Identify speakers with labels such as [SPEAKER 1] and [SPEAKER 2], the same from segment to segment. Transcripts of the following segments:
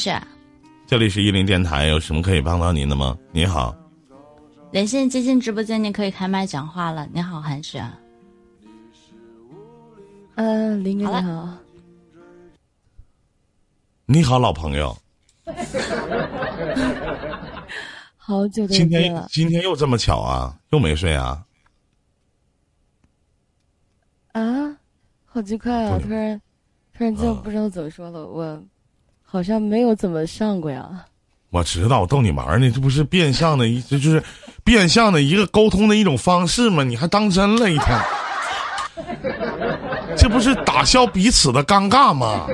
[SPEAKER 1] 是，啊
[SPEAKER 2] 这里是一零电台，有什么可以帮到您的吗？你好，
[SPEAKER 1] 连线接进直播间，你可以开麦讲话了。你好，韩雪。
[SPEAKER 3] 呃，林哥
[SPEAKER 1] 好
[SPEAKER 3] 你
[SPEAKER 1] 了
[SPEAKER 3] 好，
[SPEAKER 2] 你好，老朋友，
[SPEAKER 3] 好久都
[SPEAKER 2] 今
[SPEAKER 3] 不见
[SPEAKER 2] 天
[SPEAKER 3] 了。
[SPEAKER 2] 今天又这么巧啊，又没睡啊？
[SPEAKER 3] 啊，好奇怪啊！
[SPEAKER 2] 不是
[SPEAKER 3] 突然，突然间
[SPEAKER 2] 啊
[SPEAKER 3] 不知道怎么说了，我好像没有怎么上过呀。
[SPEAKER 2] 我知道，我逗你玩儿呢，这不是变相的一，这就是变相的一个沟通的一种方式吗？你还当真了一天，这不是打消彼此的尴尬吗？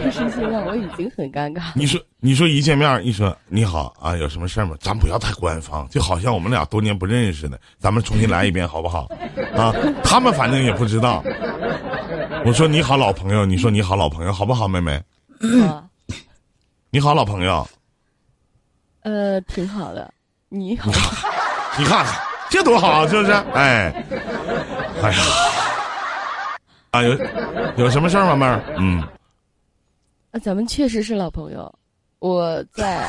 [SPEAKER 3] 但是现在我已经很尴尬。
[SPEAKER 2] 你说，你说一见面儿，一说你好啊，有什么事儿吗？咱不要太官方，就好像我们俩多年不认识的，咱们重新来一遍好不好？啊，他们反正也不知道。我说你好，老朋友，你说你好，老朋友，好不好，妹妹？
[SPEAKER 3] 啊
[SPEAKER 2] 你好，老朋友，
[SPEAKER 3] 呃，挺好的。你
[SPEAKER 2] 嗯
[SPEAKER 3] 好，
[SPEAKER 2] 你看看这多好，是不是？哎，哎呀，啊，有有什么事儿吗，妹儿？嗯，
[SPEAKER 3] 啊咱们确实是老朋友。我在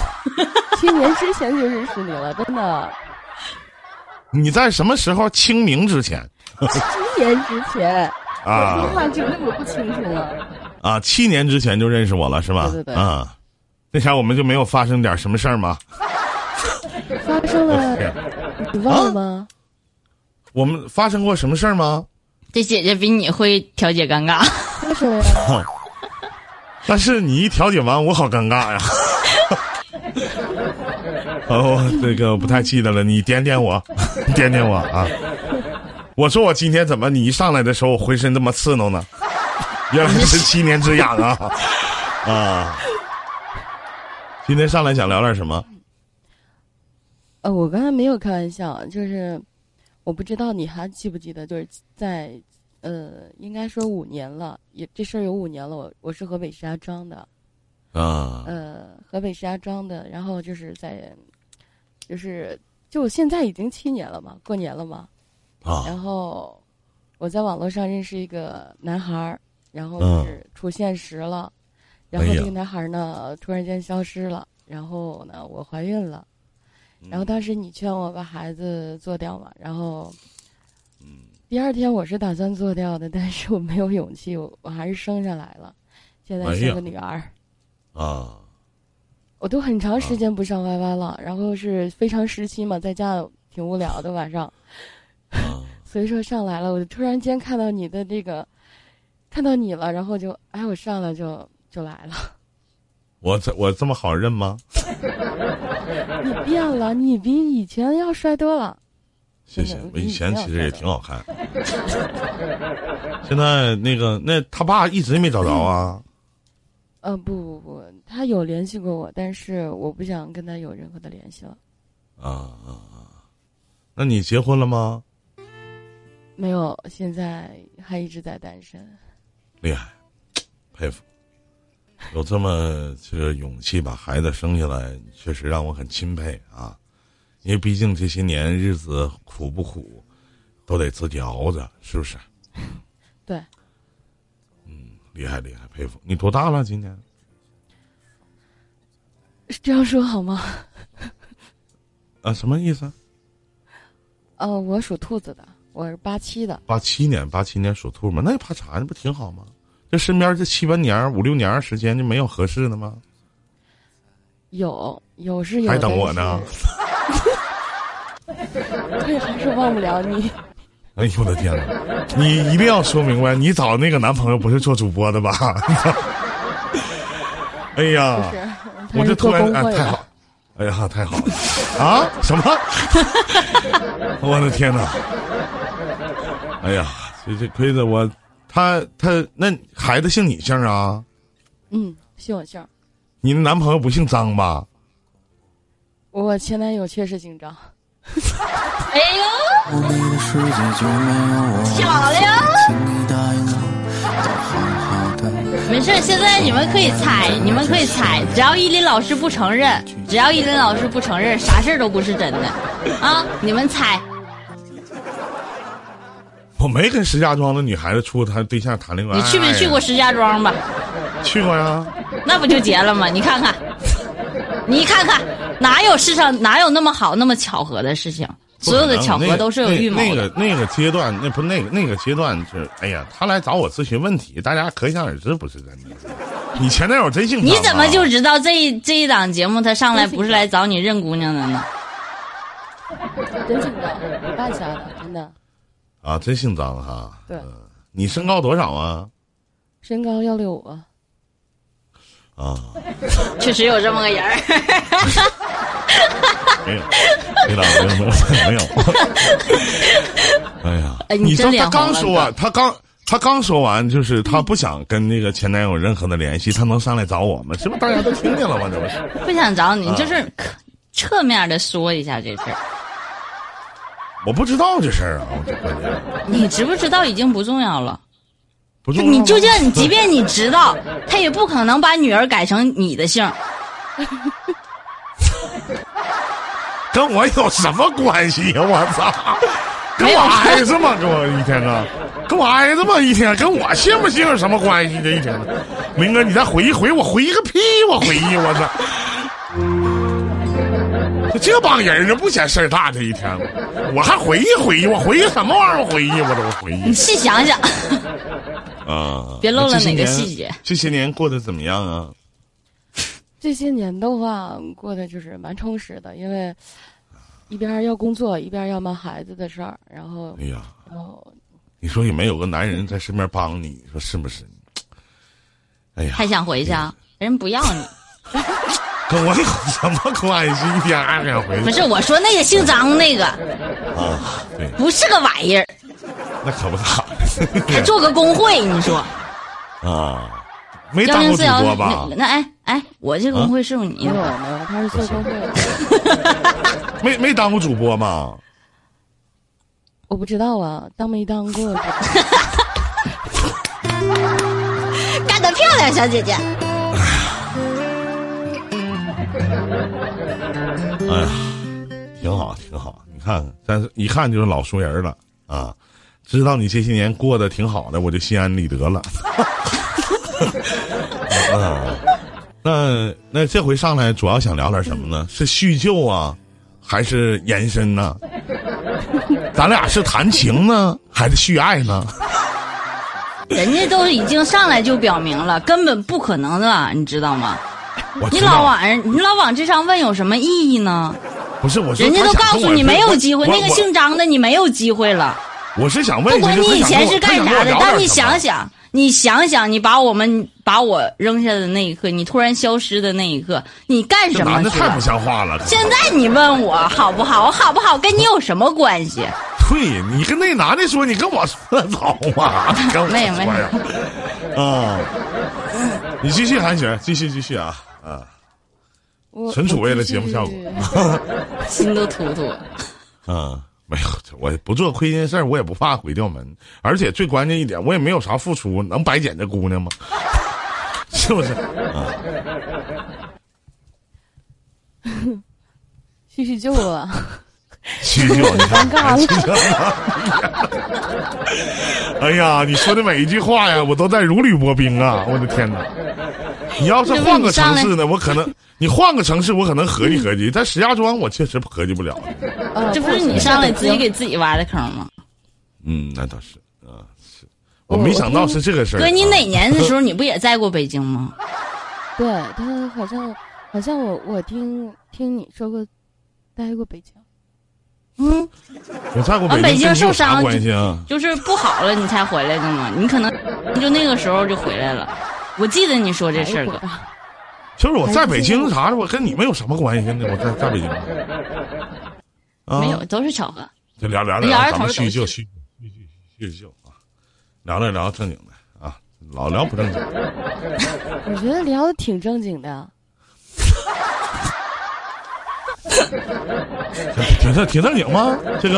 [SPEAKER 3] 去年之前就认识你了，真的。
[SPEAKER 2] 你在什么时候清明之前
[SPEAKER 3] 七年之前，我
[SPEAKER 2] 啊
[SPEAKER 3] 说话就那么不清楚了。
[SPEAKER 2] 啊？七年之前就认识我了是吧？
[SPEAKER 3] 对对对
[SPEAKER 2] 啊，那啥我们就没有发生点什么事儿吗？
[SPEAKER 3] 发 生
[SPEAKER 2] 啊
[SPEAKER 3] 了，你忘了吗？
[SPEAKER 2] 我们发生过什么事儿吗？
[SPEAKER 1] 这姐姐比你会调解尴尬，
[SPEAKER 3] 发生了呀。
[SPEAKER 2] 但是你一调解完，我好尴尬呀。 哦，这个我不太记得了，你点点我，点点我啊！我说我今天怎么你一上来的时候，我浑身这么刺挠呢？原来是七年之痒啊！啊！今天上来想聊点什么？
[SPEAKER 3] 呃，我刚才没有开玩笑，就是我不知道你还记不记得，就是在呃，应该说五年了，也这事儿有五年了。我我是河北石家庄的，
[SPEAKER 2] 啊
[SPEAKER 3] 呃，河北石家庄的，然后就是在，就是就我现在已经七年了嘛，过年了嘛，
[SPEAKER 2] 啊
[SPEAKER 3] 然后我在网络上认识一个男孩儿，然后就是出现实了，然后
[SPEAKER 2] 嗯哎呀
[SPEAKER 3] 这个男孩儿呢突然间消失了，然后呢我怀孕了，
[SPEAKER 2] 嗯
[SPEAKER 3] 然后当时你劝我把孩子做掉嘛，然后
[SPEAKER 2] 嗯
[SPEAKER 3] 第二天我是打算做掉的，但是我没有勇气，我我还是生下来了，现在
[SPEAKER 2] 哎
[SPEAKER 3] 生
[SPEAKER 2] 呀
[SPEAKER 3] 个女儿。
[SPEAKER 2] 啊！
[SPEAKER 3] 我都很长时间不上 YY 了，然后是非常时期嘛，在家挺无聊的晚上， 所以说上来了，我就突然间看到你的这个，看到你了，然后就哎，我上来就就来了，
[SPEAKER 2] 我这我这么好认吗？
[SPEAKER 3] 你变了，你比以前要帅多了，
[SPEAKER 2] 谢谢，我以前其实也嗯挺好看。 现在那个那他爸一直没找着啊。
[SPEAKER 3] 呃，不不不，他有联系过我，但是我不想跟他有任何的联系了，
[SPEAKER 2] 啊啊啊！那你结婚了吗？
[SPEAKER 3] 没有，现在还一直在单身，
[SPEAKER 2] 厉害，佩服，有这么这个勇气把孩子生下来，确实让我很钦佩啊。因为毕竟这些年日子苦不苦，都得自己熬着，是不 是？嗯
[SPEAKER 3] 对，
[SPEAKER 2] 厉害厉害，佩服！你多大了？今年
[SPEAKER 3] 是这样说好吗？
[SPEAKER 2] 啊？什么意思？
[SPEAKER 3] 呃，我属兔子的，我是八七的，
[SPEAKER 2] 八七年，八七年属兔嘛，那也怕啥？那不挺好吗？这身边这七八年、五六年时间就没有合适的吗？
[SPEAKER 3] 有有是有，
[SPEAKER 2] 还等我呢
[SPEAKER 3] 但是。 对，还是忘不了你。
[SPEAKER 2] 哎呦我的天哪！ 你一定要说明白，你找那个男朋友不是做主播的吧？ 哎呀，
[SPEAKER 3] 是，
[SPEAKER 2] 我
[SPEAKER 3] 他
[SPEAKER 2] 这
[SPEAKER 3] 是
[SPEAKER 2] 突
[SPEAKER 3] 做
[SPEAKER 2] 然
[SPEAKER 3] 工
[SPEAKER 2] 哎
[SPEAKER 3] 会
[SPEAKER 2] 太
[SPEAKER 3] 的。
[SPEAKER 2] 好，哎呀太好了啊！什么？ 我的天哪！哎呀，这这亏得我，他他那孩子姓你姓啊？
[SPEAKER 3] 嗯，信我信儿。
[SPEAKER 2] 你的男朋友不姓张吧？
[SPEAKER 3] 我前男友确实姓张，
[SPEAKER 1] 哎呦，
[SPEAKER 4] 我你的世界就没有我。
[SPEAKER 1] 漂亮！
[SPEAKER 4] 请你答应我，要好好的。
[SPEAKER 1] 没事，现在你们可以猜，你们可以猜，只要依林老师不承认，只要依林老师不承认，啥事儿都不是真的，啊！你们猜，
[SPEAKER 2] 我没跟石家庄的女孩子处过谈对象谈恋爱。
[SPEAKER 1] 你去没去过石家庄吧？
[SPEAKER 2] 去过呀，
[SPEAKER 1] 那不就结了吗？你看看，你看看，哪有世上哪有那么好那么巧合的事情？
[SPEAKER 2] 不
[SPEAKER 1] 所
[SPEAKER 2] 可
[SPEAKER 1] 有
[SPEAKER 2] 能
[SPEAKER 1] 的巧合都是有预谋的。
[SPEAKER 2] 那个那个那个阶段，那不那个那个阶段是，哎呀，他来找我咨询问题，大家可想而知不是真的。你前男友真姓张啊
[SPEAKER 1] 你怎么就知道这一这一档节目他上来不是来找你认姑娘的呢？
[SPEAKER 3] 真紧张，我爸瞎的，真的。
[SPEAKER 2] 啊？真姓张哈？
[SPEAKER 3] 对
[SPEAKER 2] 嗯你身高多少啊？
[SPEAKER 3] 身高幺六五，
[SPEAKER 2] 啊，
[SPEAKER 1] 确实有这么个人 儿。
[SPEAKER 2] 没有，没有，没有，没有。 哎呀，
[SPEAKER 1] 哎你
[SPEAKER 2] 你知道
[SPEAKER 1] 真脸
[SPEAKER 2] 他
[SPEAKER 1] 红
[SPEAKER 2] 刚
[SPEAKER 1] 了
[SPEAKER 2] 说完，他刚他刚说完，就是他不想跟那个前男友任何的联系，他能上来找我们，是不是？大家都听见了吗？这不是？
[SPEAKER 1] 不想找你，
[SPEAKER 2] 啊
[SPEAKER 1] 就是可侧面的说一下这事儿。
[SPEAKER 2] 我不知道这事儿啊，我这关键
[SPEAKER 1] 你知不知道已经不重要了。
[SPEAKER 2] 不重要吗。
[SPEAKER 1] 你就 算你，即便你知道，他也不可能把女儿改成你的姓儿。
[SPEAKER 2] 跟我有什么关系呀？我操！跟
[SPEAKER 1] 没有
[SPEAKER 2] 我挨着吗？跟我一天呢？跟我挨着吗？一天跟我姓不姓有什么关系？这一天呢？明哥，你再回一回，我回一个屁！我回忆，我操！这帮人这不嫌事儿大，这一天我还回忆回忆，我回忆什么玩意儿？我回忆，我都回
[SPEAKER 1] 你
[SPEAKER 2] 忆
[SPEAKER 1] 细想 想，
[SPEAKER 2] 啊！
[SPEAKER 1] 别漏了
[SPEAKER 2] 这些
[SPEAKER 1] 哪个
[SPEAKER 2] 年
[SPEAKER 1] 细节
[SPEAKER 2] 这些年过得怎么样啊？
[SPEAKER 3] 这些年的话过得就是蛮充实的，因为一边儿要工作，一边儿要忙孩子的事儿，然后
[SPEAKER 2] 哎呀，
[SPEAKER 3] 然后
[SPEAKER 2] 你说也没有个男人在身边帮你，你说是不是？哎呀，
[SPEAKER 1] 还想回去啊？人不要你，
[SPEAKER 2] 跟我有什么关系？一天二两回
[SPEAKER 1] 不
[SPEAKER 2] 去
[SPEAKER 1] 是我说那个姓张那个
[SPEAKER 2] 啊？对，
[SPEAKER 1] 不是个玩意儿，
[SPEAKER 2] 那可不咋
[SPEAKER 1] 还
[SPEAKER 2] 的
[SPEAKER 1] 做个工会，你说
[SPEAKER 2] 啊，没
[SPEAKER 1] 幺
[SPEAKER 2] 当
[SPEAKER 1] 零
[SPEAKER 2] 过
[SPEAKER 1] 四
[SPEAKER 2] 主
[SPEAKER 1] 幺
[SPEAKER 2] 播吧？啊
[SPEAKER 1] 那哎哎，我这工会是不是你啊
[SPEAKER 3] 没有没有，他是做工会的，
[SPEAKER 2] 没没当过主播吧？
[SPEAKER 3] 我不知道啊，当没当 过，
[SPEAKER 1] 干得漂亮，小姐姐。
[SPEAKER 2] 哎呀，挺好，挺好。你看看，但是一看就是老熟人了啊。知道你这些年过得挺好的，我就心安理得了。 啊，那那这回上来主要想聊点什么呢？是叙旧啊，还是延伸呢？咱俩是谈情呢，还是续爱呢？
[SPEAKER 1] 人家都已经上来就表明了，根本不可能的，啊你知道吗？
[SPEAKER 2] 我
[SPEAKER 1] 你
[SPEAKER 2] 知道
[SPEAKER 1] 老啊往人，你老往这上问有什么意义呢？
[SPEAKER 2] 不是我说
[SPEAKER 1] 人家
[SPEAKER 2] 他
[SPEAKER 1] 都
[SPEAKER 2] 想
[SPEAKER 1] 告
[SPEAKER 2] 跟
[SPEAKER 1] 诉
[SPEAKER 2] 我
[SPEAKER 1] 你
[SPEAKER 2] 说
[SPEAKER 1] 没有
[SPEAKER 2] 我
[SPEAKER 1] 机会，
[SPEAKER 2] 我
[SPEAKER 1] 那个
[SPEAKER 2] 我
[SPEAKER 1] 姓张的你没有机会了。
[SPEAKER 2] 我是想问
[SPEAKER 1] 不管
[SPEAKER 2] 一下，就是
[SPEAKER 1] 你以
[SPEAKER 2] 想
[SPEAKER 1] 前
[SPEAKER 2] 跟我
[SPEAKER 1] 是干啥
[SPEAKER 2] 他想跟我
[SPEAKER 1] 的
[SPEAKER 2] 聊，
[SPEAKER 1] 但
[SPEAKER 2] 点
[SPEAKER 1] 你
[SPEAKER 2] 什么
[SPEAKER 1] 想想，你想想，你把我们把我扔下的那一刻，你突然消失的那一刻，你干
[SPEAKER 2] 这
[SPEAKER 1] 什
[SPEAKER 2] 男
[SPEAKER 1] 么
[SPEAKER 2] 的
[SPEAKER 1] 去
[SPEAKER 2] 太
[SPEAKER 1] 了
[SPEAKER 2] 不？像话了。
[SPEAKER 1] 现在你问我好不好，我好不好，跟你有什么关系？
[SPEAKER 2] 对你跟那男的说，你跟我说早嘛？ 你跟我
[SPEAKER 1] 没有没有
[SPEAKER 2] 说呀，啊，你继续韩雪，继续继续啊啊！
[SPEAKER 3] 我
[SPEAKER 2] 纯属
[SPEAKER 3] 我
[SPEAKER 2] 为了
[SPEAKER 3] 继
[SPEAKER 2] 节目效果
[SPEAKER 3] 续
[SPEAKER 1] 心都突突。
[SPEAKER 2] 嗯，没有，我不做亏心事儿，我也不怕毁掉门，而且最关键一点，我也没有啥付出，能白捡这姑娘吗？ 是不是？啊，
[SPEAKER 3] 叙叙旧 啊，
[SPEAKER 2] 叙旧，你看
[SPEAKER 3] 尴尬了。
[SPEAKER 2] 哎呀，你说的每一句话呀，我都在如履薄冰啊！我的天哪！你要是换个城市呢，我可能你换个城市，我可能合计合计。在石家庄，我确实合计不了。
[SPEAKER 3] 呃
[SPEAKER 1] 这不是你上来自己给自己挖的坑吗？
[SPEAKER 2] 嗯，那倒是啊，是我没想到是这个事儿。
[SPEAKER 1] 哥，你
[SPEAKER 2] 啊
[SPEAKER 1] 哪年的时 候你不也在过北京吗？
[SPEAKER 3] 对他好像好像我我听听你说过，待过北京，
[SPEAKER 1] 嗯，
[SPEAKER 2] 我在过
[SPEAKER 1] 啊北京
[SPEAKER 2] 跟你有
[SPEAKER 1] 受伤
[SPEAKER 2] 啥关系啊？
[SPEAKER 1] 就是不好了你才回来的嘛，你可能就那个时候就回来了。我记得你说这事儿，哥
[SPEAKER 3] 哎，
[SPEAKER 2] 就是我在北京啥的，我跟你们有什么关系呢？我在在北京。啊
[SPEAKER 1] 没有，都是巧合。
[SPEAKER 2] 就聊聊
[SPEAKER 1] 聊
[SPEAKER 2] 聊，
[SPEAKER 1] 着头
[SPEAKER 2] 咱们
[SPEAKER 1] 儿
[SPEAKER 2] 叙旧
[SPEAKER 1] 走
[SPEAKER 2] 叙叙叙叙旧啊，聊聊聊正经的啊，老聊不正经。
[SPEAKER 3] 我觉得聊的挺正经的，
[SPEAKER 2] 挺正挺正经吗？这个，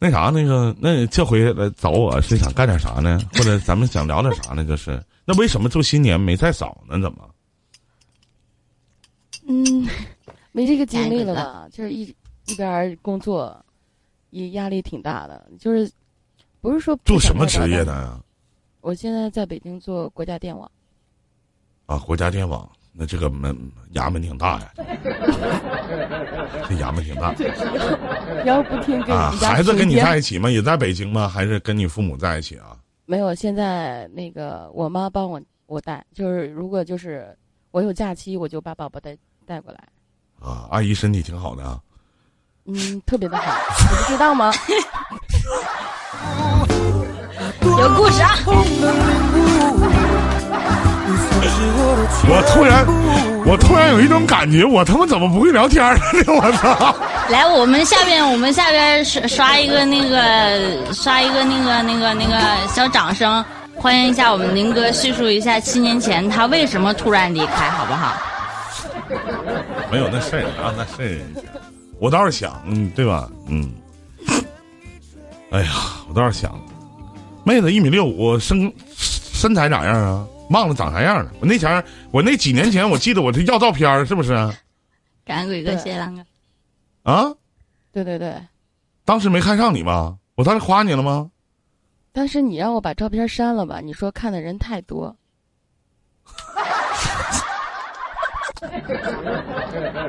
[SPEAKER 2] 那啥，那个，那这回来找我是想干点啥呢？或者咱们想聊点啥呢？就是那为什么做新年没再找呢？怎么？
[SPEAKER 3] 嗯， 没这个经
[SPEAKER 1] 下
[SPEAKER 3] 历
[SPEAKER 1] 一
[SPEAKER 3] 了
[SPEAKER 1] 个
[SPEAKER 3] 吧？就是一一边儿工作，也压力挺大的，就是不是说不
[SPEAKER 2] 做
[SPEAKER 3] 想
[SPEAKER 2] 什么
[SPEAKER 3] 再找
[SPEAKER 2] 职业
[SPEAKER 3] 到
[SPEAKER 2] 的？呀？
[SPEAKER 3] 我现在在北京做国家电网，
[SPEAKER 2] 啊，国家电网那这个门衙门挺大呀，这衙门挺大
[SPEAKER 3] 要不听跟
[SPEAKER 2] 啊
[SPEAKER 3] 你。家
[SPEAKER 2] 孩子跟你
[SPEAKER 3] 停电
[SPEAKER 2] 在一起吗？也在北京吗？还是跟你父母在一起啊？
[SPEAKER 3] 没有，现在那个我妈帮我我带，就是如果就是我有假期，我就把宝宝带带过来。
[SPEAKER 2] 啊，阿姨身体挺好的啊。
[SPEAKER 3] 嗯，特别的好，你不知道吗？
[SPEAKER 1] 有故事啊！
[SPEAKER 2] 我突然，我突然有一种感觉，我他妈怎么不会聊天呢？我操！
[SPEAKER 1] 来，我们下边我们下边刷刷一个那个刷一个那个那个那个小掌声，欢迎一下我们林哥，叙述一下七年前他为什么突然离开，好不好？
[SPEAKER 2] 没有那事儿啊，那事儿，我倒是想，嗯，对吧？嗯，哎呀，我倒是想，妹子一米六五，身身材咋样啊？忘了长啥样了。我那前儿，我那几年前，我记得我这要照片儿，是不是啊？
[SPEAKER 1] 感恩鬼哥，
[SPEAKER 3] 对
[SPEAKER 1] 谢谢狼哥。
[SPEAKER 2] 啊，
[SPEAKER 3] 对对对，
[SPEAKER 2] 当时没看上你吧？我当时夸你了吗？
[SPEAKER 3] 当时你让我把照片删了吧，你说看的人太多，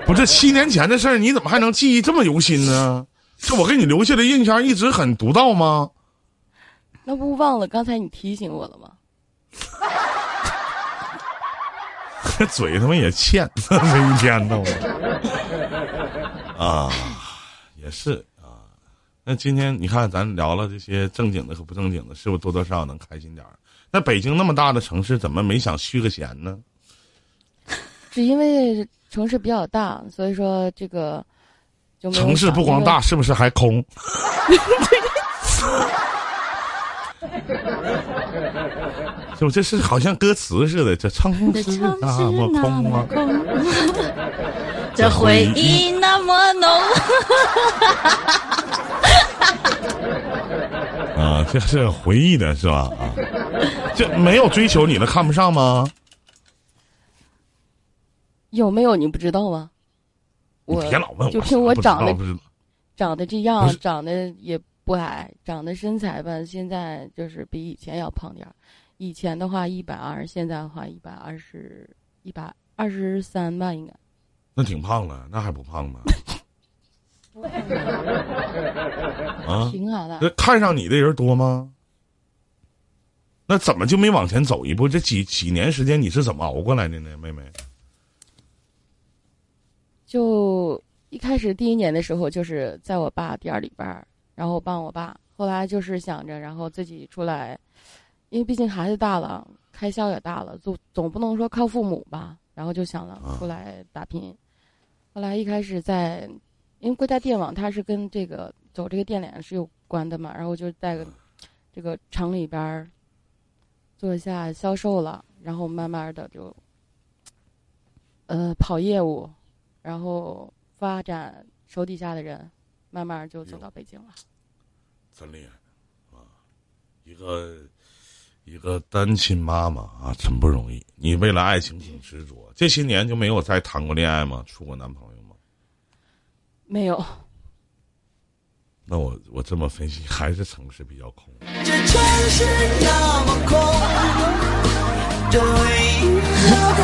[SPEAKER 2] 不是七年前的事儿，你怎么还能记忆这么犹新呢？是我给你留下的印象一直很独到吗？
[SPEAKER 3] 那不忘了刚才你提醒我了吗？
[SPEAKER 2] 这嘴他妈也欠，这一天的我啊，也是啊。那今天你看，咱聊了这些正经的和不正经的，是不是多多少少能开心点儿？那北京那么大的城市，怎么没想续个弦呢？
[SPEAKER 3] 只因为城市比较大，所以说这个就没有
[SPEAKER 2] 城市
[SPEAKER 3] 想
[SPEAKER 2] 不光大，，是不是还空？ 是不是这是好像歌词似的？这城市那么空啊！
[SPEAKER 1] 这回忆那么浓，
[SPEAKER 2] 啊， 这是回忆的是吧？啊，这没有追求你的看不上吗？
[SPEAKER 3] 因为有没有你不知道吗？
[SPEAKER 2] 你
[SPEAKER 3] 我
[SPEAKER 2] 别老问我，
[SPEAKER 3] 就凭我
[SPEAKER 2] 不知道
[SPEAKER 3] 长得
[SPEAKER 2] 不知道
[SPEAKER 3] 长得这
[SPEAKER 2] 不
[SPEAKER 3] 样
[SPEAKER 2] 是，
[SPEAKER 3] 长得也不矮，长得身材吧，现在就是比以前要胖点儿。以前的话一百二，现在的话一百二十一百二十三吧，应该。
[SPEAKER 2] 那挺胖了，那还不胖吗？ 啊，
[SPEAKER 3] 挺好的
[SPEAKER 2] 那，看上你的人多吗？那怎么就没往前走一步？这几几年时间你是怎么熬过来的呢，妹妹？
[SPEAKER 3] 就一开始第一年的时候，就是在我爸店儿里边儿，然后帮我爸。后来就是想着，然后自己出来，因为毕竟孩子大了，开销也大了，总总不能说靠父母吧。然后就想了
[SPEAKER 2] 啊
[SPEAKER 3] 出来打拼。后来一开始在，因为国家电网它是跟这个走这个电缆是有关的嘛，然后就在这个厂里边儿做一下销售了，然后慢慢的就呃跑业务，然后发展手底下的人，慢慢就走到北京了。
[SPEAKER 2] 真厉害啊！一个一个单亲妈妈啊，真不容易。你为了爱情挺执着，这些年就没有再谈过恋爱吗？处过男朋友吗？
[SPEAKER 3] 没有，
[SPEAKER 2] 那我我这么分析，还是城市比较空。
[SPEAKER 5] 这城市那么空，这回忆何方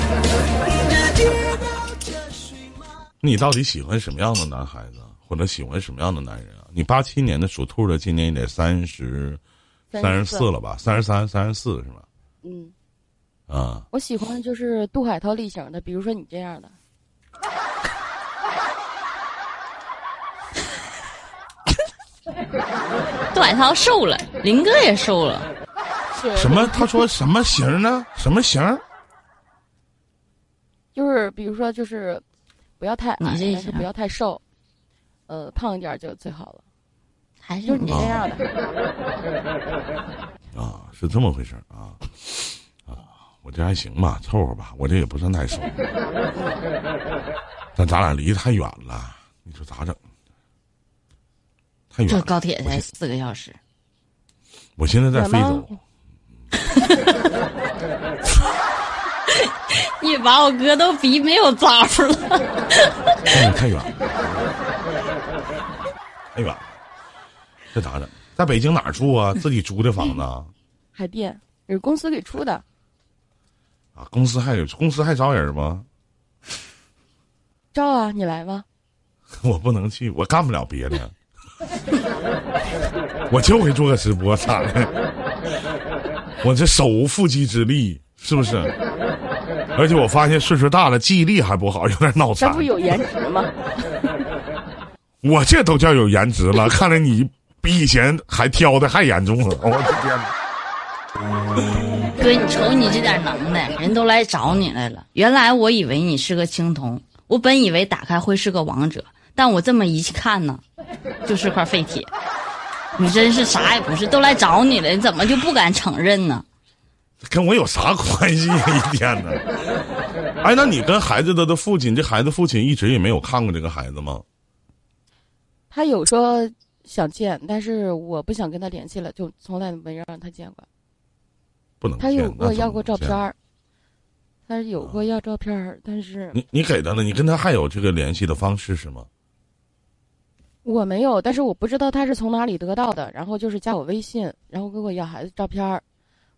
[SPEAKER 5] 寻？这听不到这水吗？
[SPEAKER 2] 你到底喜欢什么样的男孩子，啊或者喜欢什么样的男人啊？你八七年的属兔的，今年也得三十三十四
[SPEAKER 3] 34
[SPEAKER 2] 了吧？三十三、三十四是吧？
[SPEAKER 3] 嗯，
[SPEAKER 2] 啊，
[SPEAKER 3] 我喜欢就是杜海涛类型的，比如说你这样的，
[SPEAKER 1] 杜海涛瘦了，林哥也瘦了，
[SPEAKER 2] 什么？他说什么型呢？什么型？
[SPEAKER 3] 就是比如说就是不要太矮
[SPEAKER 1] 你这，一
[SPEAKER 3] 但是
[SPEAKER 1] 下
[SPEAKER 3] 不要太瘦，呃，胖一点儿就最好了。
[SPEAKER 1] 还是
[SPEAKER 3] 就是你
[SPEAKER 1] 你
[SPEAKER 3] 这样的，
[SPEAKER 2] 啊，是这么回事儿啊啊！我这还行吧，凑合吧，我这也不算太瘦，但咱俩离得太远了，你说咋整？太远
[SPEAKER 1] 这
[SPEAKER 2] 了，
[SPEAKER 1] 高铁
[SPEAKER 2] 我
[SPEAKER 1] 才
[SPEAKER 2] 现
[SPEAKER 1] 四个小时，
[SPEAKER 2] 我现在在
[SPEAKER 3] 远
[SPEAKER 2] 非
[SPEAKER 3] 吗
[SPEAKER 2] 洲。
[SPEAKER 1] 你把我哥都逼没有招儿了。
[SPEAKER 2] 哎太远了，太远了，这咋整？在北京哪儿住啊？自己租的房子啊？
[SPEAKER 3] 海淀也是公司给出的，
[SPEAKER 2] 啊，公司还有公司还招人吗？
[SPEAKER 3] 赵啊，你来吧。
[SPEAKER 2] 我不能去，我干不了别的， 我就会做个直播咋的？我这手无缚鸡之力，是不是？而且我发现岁数大了，记忆力还不好，有点脑
[SPEAKER 3] 这
[SPEAKER 2] 残
[SPEAKER 3] 不。有颜值吗？
[SPEAKER 2] 我这都叫有颜值了，看来你比以前还挑的还严重了。我的天哪！
[SPEAKER 1] 哥，你瞅你这点能耐，人都来找你来了。原来我以为你是个青铜，我本以为打开会是个王者，但我这么一看呢，就是块废铁。你真是啥也不是，都来找你了，你怎么就不敢承认呢？
[SPEAKER 2] 跟我有啥关系呀？一天呢？哎，那你跟孩子的的父亲，这孩子父亲一直也没有看过这个孩子吗？
[SPEAKER 3] 他有说想见，但是我不想跟他联系了，就从来没让他见过。
[SPEAKER 2] 不能见。
[SPEAKER 3] 他有
[SPEAKER 2] 那
[SPEAKER 3] 给
[SPEAKER 2] 怎
[SPEAKER 3] 我
[SPEAKER 2] 么啊
[SPEAKER 3] 要过照
[SPEAKER 2] 见
[SPEAKER 3] 片儿，他有过要照片儿，但是
[SPEAKER 2] 你你给他了，你跟他还有这个联系的方式是吗？
[SPEAKER 3] 我没有，但是我不知道他是从哪里得到的，然后就是加我微信，然后给我要孩子照片儿，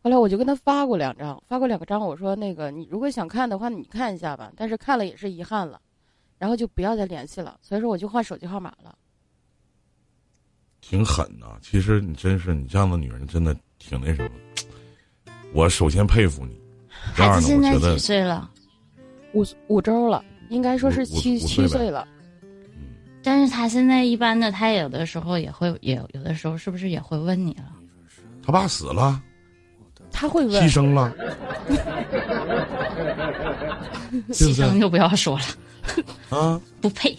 [SPEAKER 3] 后来我就跟他发过两张，发过两个张，我说那个你如果想看的话，你看一下吧，但是看了也是遗憾了，然后就不要再联系了，所以说我就换手机号码了。
[SPEAKER 2] 挺狠呐、其实你真是你这样的女人，真的挺那什么。我首先佩服你。第
[SPEAKER 1] 孩
[SPEAKER 2] 二
[SPEAKER 1] 子
[SPEAKER 2] 呢，
[SPEAKER 1] 现在
[SPEAKER 2] 我觉
[SPEAKER 1] 几
[SPEAKER 2] 得
[SPEAKER 1] 岁了？
[SPEAKER 3] 五五周了，应该说
[SPEAKER 2] 五
[SPEAKER 3] 是七
[SPEAKER 2] 五五
[SPEAKER 3] 七
[SPEAKER 2] 岁呗
[SPEAKER 3] 岁了，
[SPEAKER 1] 但是他现在一般的，他有的时候也会，也有的时候是不是也会问你了？
[SPEAKER 2] 他爸死了，
[SPEAKER 3] 他会问
[SPEAKER 2] 牺牲了，是不
[SPEAKER 1] 牺
[SPEAKER 2] 是
[SPEAKER 1] 牲就不要说了，
[SPEAKER 2] 啊？
[SPEAKER 1] 不配。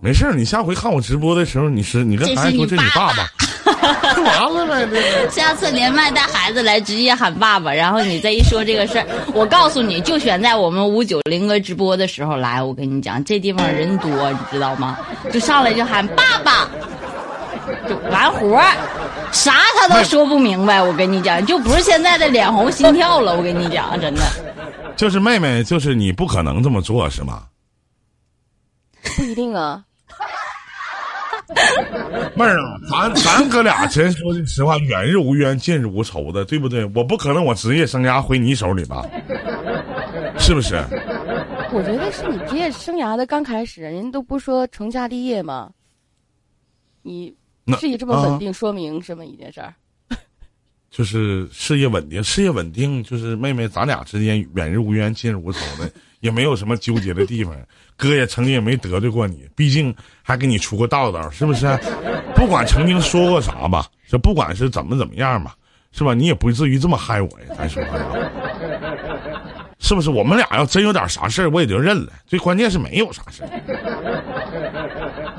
[SPEAKER 2] 没事儿你下回看我直播的时候，你是你跟
[SPEAKER 1] 这是
[SPEAKER 2] 孩子
[SPEAKER 1] 你
[SPEAKER 2] 说这是你
[SPEAKER 1] 爸
[SPEAKER 2] 爸爸，就完了呗。这个
[SPEAKER 1] 下次连麦带孩子来，直接喊爸爸，然后你再一说这个事儿，我告诉你就选在我们五九零哥直播的时候来。我跟你讲，这地方人多，你知道吗？就上来就喊爸爸，就完活儿，啥他都说不明白。我跟你讲，就不是现在的脸红心跳了。我跟你讲，真的，
[SPEAKER 2] 就是妹妹，就是你不可能这么做是吗？
[SPEAKER 3] 不一定啊，
[SPEAKER 2] 妹儿啊，咱咱哥俩真说句实话，远日无冤，近日无仇的，对不对？我不可能我职业生涯回你手里吧？是不是？
[SPEAKER 3] 我觉得是你职业生涯的刚开始，人都不说成家立业吗？你
[SPEAKER 2] 那
[SPEAKER 3] 事业这么稳
[SPEAKER 2] 啊，
[SPEAKER 3] 定，说明什么一件事儿？
[SPEAKER 2] 就是事业稳定，事业稳定就是妹妹，咱俩之间远日无冤，近日无仇的，也没有什么纠结的地方。哥也曾经也没得罪过你，毕竟还给你出过道道，是不 是？不管曾经说过啥吧，这不管是怎么怎么样吧，是吧？你也不至于这么害我呀，咱说话呀。是不是？我们俩要真有点啥事儿，我也就认了。最关键是没有啥事儿。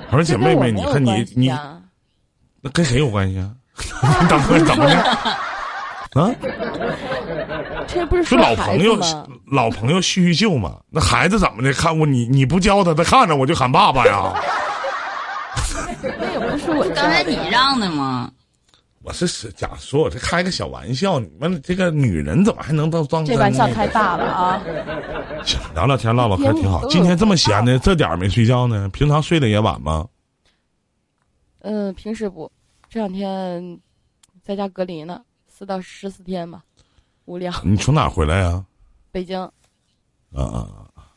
[SPEAKER 2] 而且
[SPEAKER 3] 这
[SPEAKER 2] 妹
[SPEAKER 3] 跟我
[SPEAKER 2] 妹，
[SPEAKER 3] 没
[SPEAKER 2] 你
[SPEAKER 3] 有
[SPEAKER 2] 看你
[SPEAKER 3] 关系
[SPEAKER 2] 你
[SPEAKER 3] 啊
[SPEAKER 2] 那跟谁有关系啊？ 你怎么怎么 的？啊，
[SPEAKER 3] 这不是
[SPEAKER 2] 说
[SPEAKER 3] 说
[SPEAKER 2] 老
[SPEAKER 3] 孩
[SPEAKER 2] 朋
[SPEAKER 3] 子
[SPEAKER 2] 友
[SPEAKER 3] 吗？
[SPEAKER 2] 老朋友叙叙旧嘛。那孩子怎么的？看我你你不教他，他看着我就喊爸爸 呀。
[SPEAKER 3] 那也不是我
[SPEAKER 1] 刚才你让的嘛。
[SPEAKER 2] 我是是假说，我这开个小玩笑。你们这个女人怎么还能当装？
[SPEAKER 3] 这玩笑开大了啊！
[SPEAKER 2] 行聊聊天，唠唠嗑挺好。今天这么闲呢，这点儿没睡觉呢？平常睡得也晚吗？
[SPEAKER 3] 嗯，平时不，这两天在家隔离呢，四到十四天吧，无聊。
[SPEAKER 2] 你从哪儿回来呀、
[SPEAKER 3] 北京
[SPEAKER 2] 啊啊啊啊！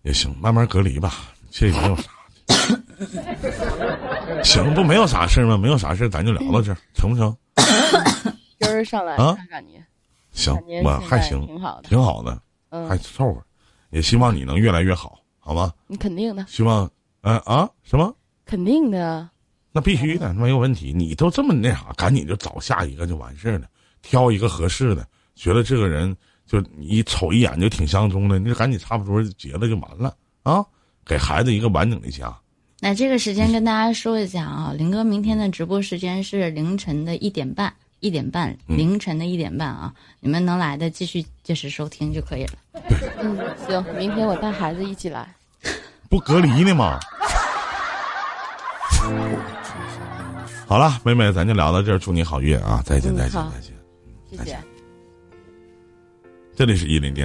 [SPEAKER 2] 也行，慢慢隔离吧，这也没 有啥。行，不没有啥事儿吗？没有啥事儿，咱就聊到这儿，成不成？
[SPEAKER 3] 今儿上来
[SPEAKER 2] 啊
[SPEAKER 3] 看看你，
[SPEAKER 2] 行
[SPEAKER 3] 感觉，
[SPEAKER 2] 我
[SPEAKER 3] 现
[SPEAKER 2] 还
[SPEAKER 3] 在
[SPEAKER 2] 行，
[SPEAKER 3] 挺好的。
[SPEAKER 2] 挺好的，还
[SPEAKER 3] 嗯，
[SPEAKER 2] 凑合。也希望你能越来越好，好吗？
[SPEAKER 3] 你肯定的，
[SPEAKER 2] 希望，呃啊，什么？
[SPEAKER 3] 肯定的。
[SPEAKER 2] 那必须的，没有问题。你都这么那啥，赶紧就找下一个就完事儿了，挑一个合适的，觉得这个人就你一瞅一眼就挺相中的，你就赶紧差不多结了就完了啊！给孩子一个完整的家。
[SPEAKER 1] 那这个时间跟大家说一下啊，林哥明天的直播时间是凌晨的一点半，一点半，
[SPEAKER 2] 嗯
[SPEAKER 1] 凌晨的一点半啊，你们能来的继续届时收听就可以了。
[SPEAKER 3] 嗯，行，明天我带孩子一起来。
[SPEAKER 2] 不隔离呢吗？好了，妹妹，咱就聊到这儿，祝你好运啊！再见，
[SPEAKER 3] 嗯
[SPEAKER 2] 再见
[SPEAKER 3] 好，
[SPEAKER 2] 再见。
[SPEAKER 3] 谢谢。
[SPEAKER 2] 这里是伊林电台。